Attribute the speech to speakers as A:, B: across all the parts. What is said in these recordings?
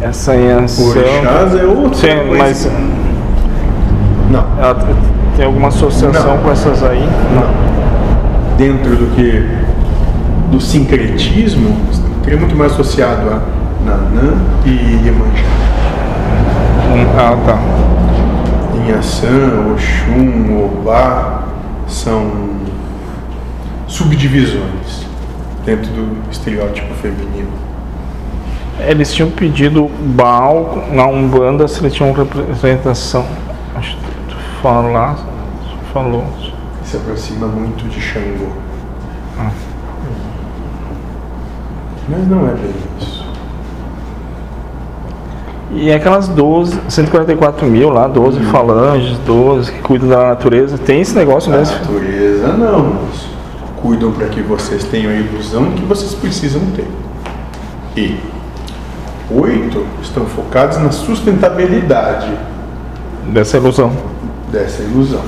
A: Essa Yansan.
B: Orixás é outra
A: Sim,
B: coisa.
A: mas
B: Não,
A: ela t- tem alguma associação
B: Não.
A: com essas aí?
B: não. Dentro do que do sincretismo, seria muito mais associado a Nanã e Iemanjá.
A: Hum, Ah, tá.
B: Inhaçã, Oxum, Obá são subdivisões dentro do estereótipo feminino.
A: Eles tinham pedido Baal na Umbanda se eles tinham representação. Acho que tu falou lá, tu falou.
B: Se aproxima muito de Xangô.
A: Ah.
B: Mas não é bem isso.
A: E é aquelas 12, 144 mil lá, 12
B: Uhum.
A: falanges, 12 que cuidam da natureza, tem esse negócio
B: A
A: mesmo?
B: natureza não. mas Cuidam para que vocês tenham a ilusão que vocês precisam ter. E oito estão focados na sustentabilidade
A: Dessa ilusão.
B: dessa ilusão.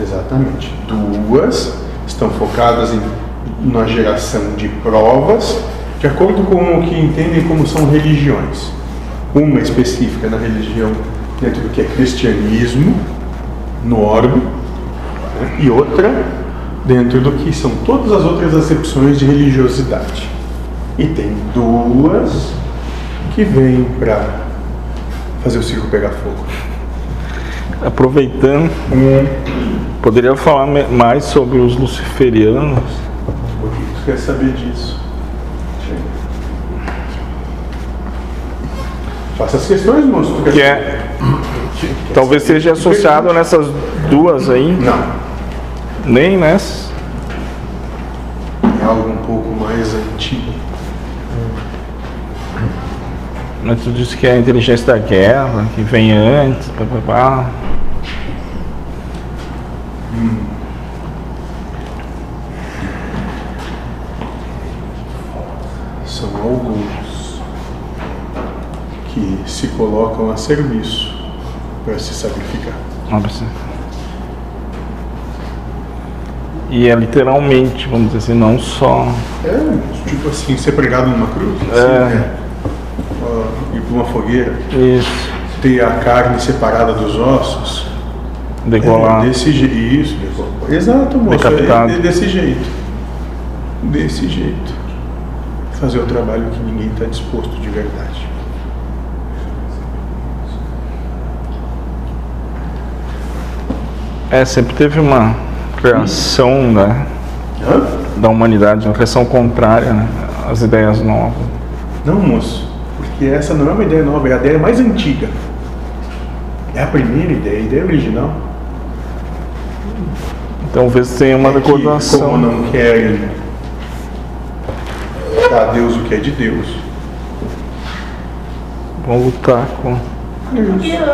B: Exatamente. Duas estão focadas em, na geração de provas, de acordo com o que entendem como são religiões. Uma específica na religião dentro do que é cristianismo, no orbe, né? e outra dentro do que são todas as outras acepções de religiosidade. E tem duas que vêm para fazer o circo pegar fogo.
A: Aproveitando,
B: Uhum.
A: poderia falar me- mais sobre os luciferianos?
B: Por que tu quer saber disso? Faça as questões, moço. Tu quer
A: Que
B: saber?
A: é. que talvez seja associado nessas duas aí, né?
B: Não.
A: nem nessas.
B: É algo um pouco mais antigo.
A: Mas tu disse que é a inteligência da guerra, que vem antes, pá, pá, pá.
B: São alguns que se colocam a serviço para se sacrificar.
A: Não precisa. E é literalmente, vamos dizer assim, não só.
B: É tipo assim, ser pregado numa cruz. assim,
A: É.
B: né? Ah, ir para uma fogueira,
A: Isso,
B: ter a carne separada dos ossos.
A: degolar.
B: É, desse jeito. Isso, decolar. Exato, moço.
A: Decapitado.
B: É de- desse jeito. Desse jeito. Fazer o trabalho que ninguém está disposto de verdade.
A: É, sempre teve uma reação né,
B: Hã?
A: da humanidade, uma reação contrária né, às ideias novas.
B: Não, moço. Porque essa não é uma ideia nova, é a ideia mais antiga. É a primeira ideia, a ideia original.
A: Então, Talvez tenha uma
B: É que,
A: recordação.
B: Como não querem dar a Deus o que é de Deus.
A: Vão lutar com.